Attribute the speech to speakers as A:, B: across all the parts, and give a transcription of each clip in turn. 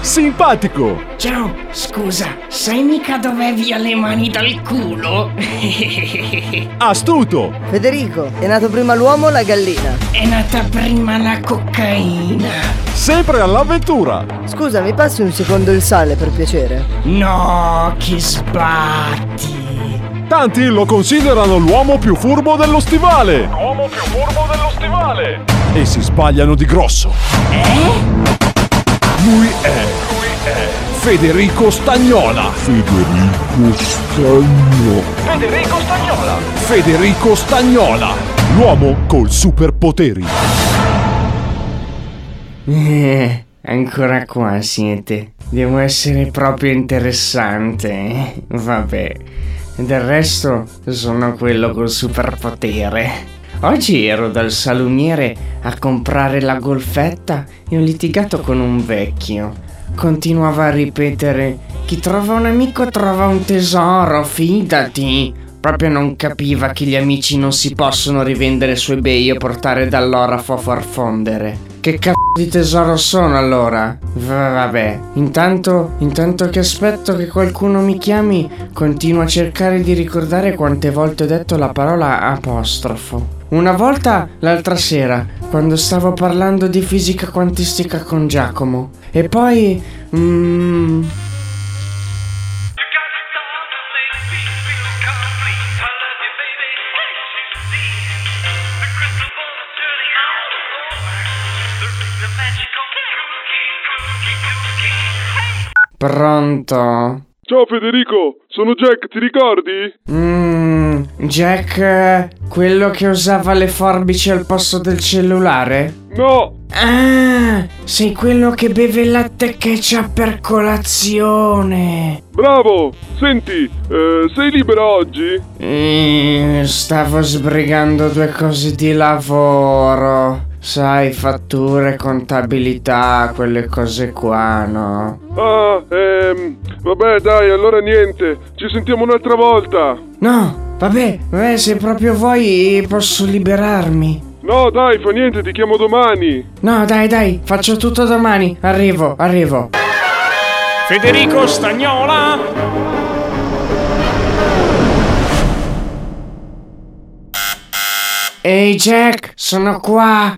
A: Simpatico!
B: Ciao, scusa, sai mica dov'è via le mani dal culo? È
A: Astuto!
C: Federico, è nato prima l'uomo o la gallina?
B: nata prima la cocaina.
A: Sempre all'avventura!
C: Scusa, mi passi un secondo il sale per piacere?
B: No, che sbatti.
A: Tanti lo considerano l'uomo più furbo dello stivale! L'uomo più furbo dello stivale! E si sbagliano di grosso! Lui è... Federico Stagnola! Federico Stagnola! Federico Stagnola! Federico Stagnola! L'uomo col superpoteri!
B: Eh, ancora qua siete. Devo essere proprio interessante. eh. Vabbè, del resto sono quello col superpotere. Oggi ero dal salumiere a comprare la golfetta e ho litigato con un vecchio. Continuava a ripetere: Chi trova un amico trova un tesoro, fidati. Proprio non capiva che gli amici non si possono rivendere su eBay e portare dall'orafo a far fondere. Che cazzo di tesoro sono allora? V- vabbè, intanto, intanto che aspetto che qualcuno mi chiami, continuo a cercare di ricordare quante volte ho detto la parola apostrofo. Una volta l'altra sera, quando stavo parlando di fisica quantistica con Giacomo. E poi... mm, pronto?
D: Ciao Federico, sono Jack, ti ricordi?
B: Mmm, Jack, eh, quello che usava le forbici al posto del cellulare?
D: No,
B: Ah, sei quello che beve il latte ketchup per colazione.
D: bravo! Senti, eh, sei libera oggi?
B: Eh, stavo sbrigando due cose di lavoro. Sai, fatture, contabilità, quelle cose qua, no?
D: Ah, ehm, vabbè dai, allora niente, ci sentiamo un'altra volta.
B: No, vabbè, vabbè, se proprio vuoi posso liberarmi.
D: No, dai, fa niente, ti chiamo domani.
B: No, dai, dai, faccio tutto domani. Arrivo, arrivo.
E: Federico Stagnola!
B: Ehi Jack, sono qua.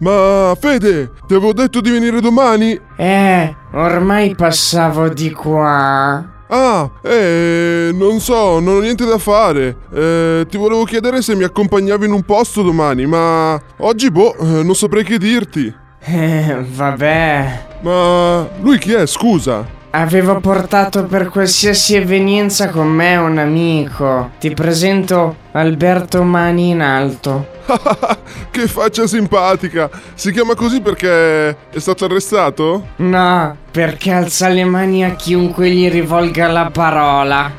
D: Ma Fede, ti avevo detto di venire domani?
B: Eh, ormai passavo di qua.
D: Ah, eh, non so, non ho niente da fare. Eh, ti volevo chiedere se mi accompagnavi in un posto domani, ma oggi boh, eh, non saprei che dirti.
B: Eh, vabbè.
D: Ma lui chi è, scusa?
B: Avevo portato per qualsiasi evenienza con me un amico. Ti presento Alberto Mani in alto.
D: che faccia simpatica! Si chiama così perché è stato arrestato?
B: No, perché alza le mani a chiunque gli rivolga la parola.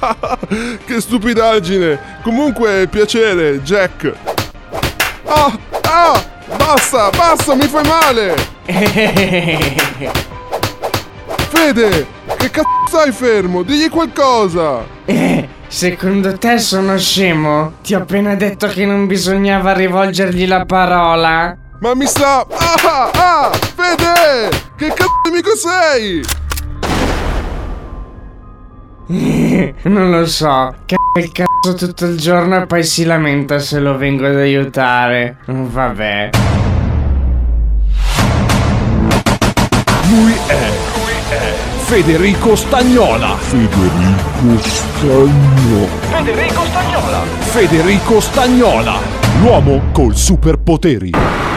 D: che stupidaggine! Comunque, piacere, Jack. Ah! Ah! Basta, basta, mi fai male! Fede, che cazzo stai fermo? Digli qualcosa!
B: Eh, secondo te sono scemo? Ti ho appena detto che non bisognava rivolgergli la parola.
D: Ma mi sta... Ah! Ah! Fede! Che cazzo di amico sei?
B: Non lo so, c***o il cazzo tutto il giorno e poi si lamenta se lo vengo ad aiutare. Mm, Vabbè.
A: Lui è... Federico Stagnola! Federico Stagnola! Federico Stagnola! Federico Stagnola! L'uomo col superpoteri!